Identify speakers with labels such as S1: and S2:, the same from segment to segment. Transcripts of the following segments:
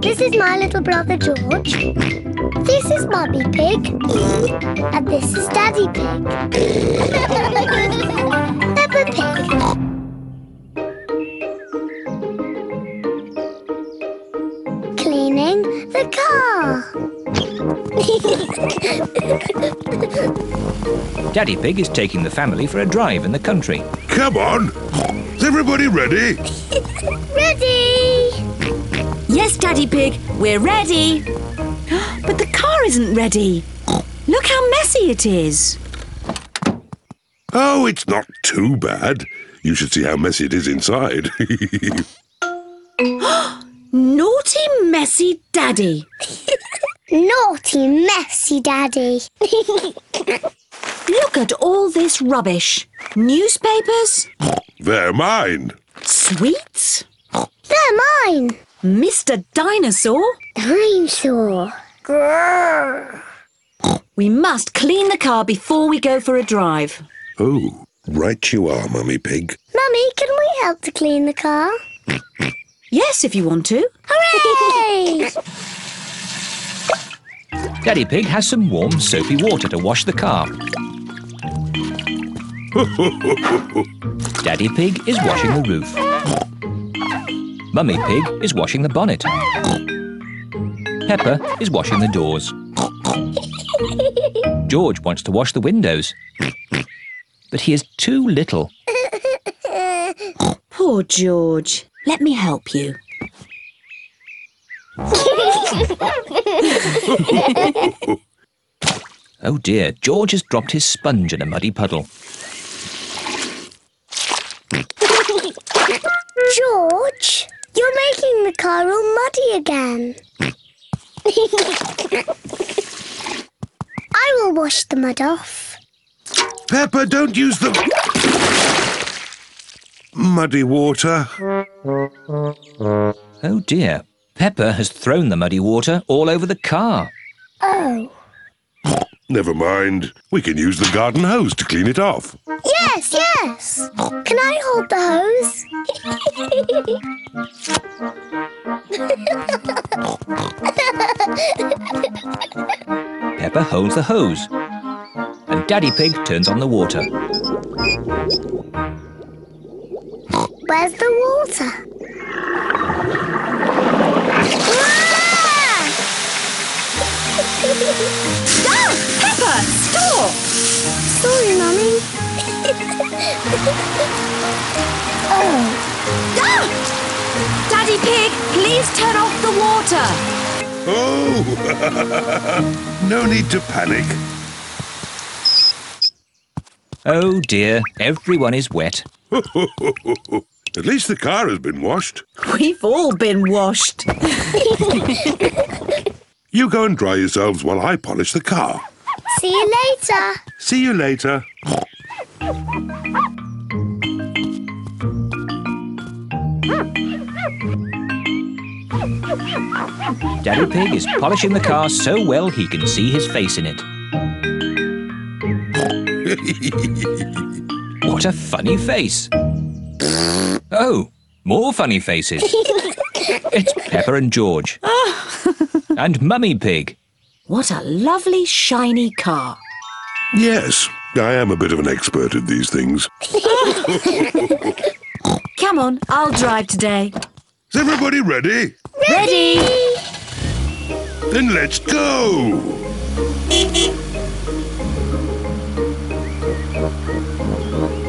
S1: This is my little brother George. This is Mummy Pig. And this is Daddy Pig. Peppa Pig. Cleaning the car.
S2: Daddy Pig is taking the family for a drive in the country.
S3: Come on. Is everybody ready?
S1: Ready!
S4: Yes, Daddy Pig, we're ready. But the car isn't ready. Look how messy it is.
S3: Oh, it's not too bad. You should see how messy it is inside.
S4: Naughty, messy Daddy.
S1: Naughty, messy Daddy.
S4: Look at all this rubbish newspapers,
S3: They're mine.
S4: sweets,
S1: They're mine.
S4: Mr. Dinosaur.
S1: Dinosaur. Grrr.
S4: We must clean the car before we go for a drive.
S3: Oh, right you are, Mummy Pig.
S1: Mummy, can we help to clean the car?
S4: Yes, if you want to.
S1: Hooray!
S2: Daddy Pig has some warm, soapy water to wash the car. Daddy Pig is washing the roof. Mummy Pig is washing the bonnet. Pepper is washing the doors. George wants to wash the windows. But he is too little.
S4: Poor George. Let me help you.
S2: Oh dear, George has dropped his sponge in a muddy puddle.
S1: George, you're making the car all muddy again. I will wash the mud off.
S3: Pepper, don't use the muddy water.
S2: Oh dear, Pepper has thrown the muddy water all over the car.
S1: Oh.
S3: Never mind. We can use the garden hose to clean it off.
S1: Yes, yes. Can I hold the hose?
S2: Pepper holds the hose. And Daddy Pig turns on the water.
S1: Where's the water? Ah!
S4: Pepper, stop!
S1: Sorry, Mummy. oh,
S4: Ah! Daddy Pig, please turn off the water.
S3: Oh! no need to panic.
S2: Oh dear, everyone is wet.
S3: At least the car has been washed.
S4: We've all been washed.
S3: You go and dry yourselves while I polish the car.
S1: see you later.
S3: See you later.
S2: Daddy Pig is polishing the car so well he can see his face in it. What a funny face! Oh, more funny faces. It's Pepper and George. and Mummy Pig.
S4: What a lovely, shiny car.
S3: Yes, I am a bit of an expert at these things.
S4: Come on, I'll drive today.
S3: Is everybody ready?
S4: Ready?
S3: Then let's go!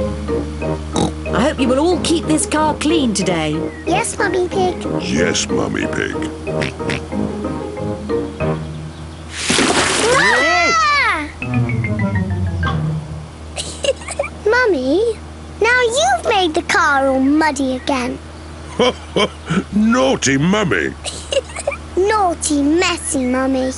S4: I hope you will all keep this car clean today.
S1: Yes, Mummy Pig.
S3: Yes, Mummy Pig.
S1: Ah! Mummy, now you've made the car all muddy again.
S3: Naughty Mummy!
S1: Naughty, messy Mummy.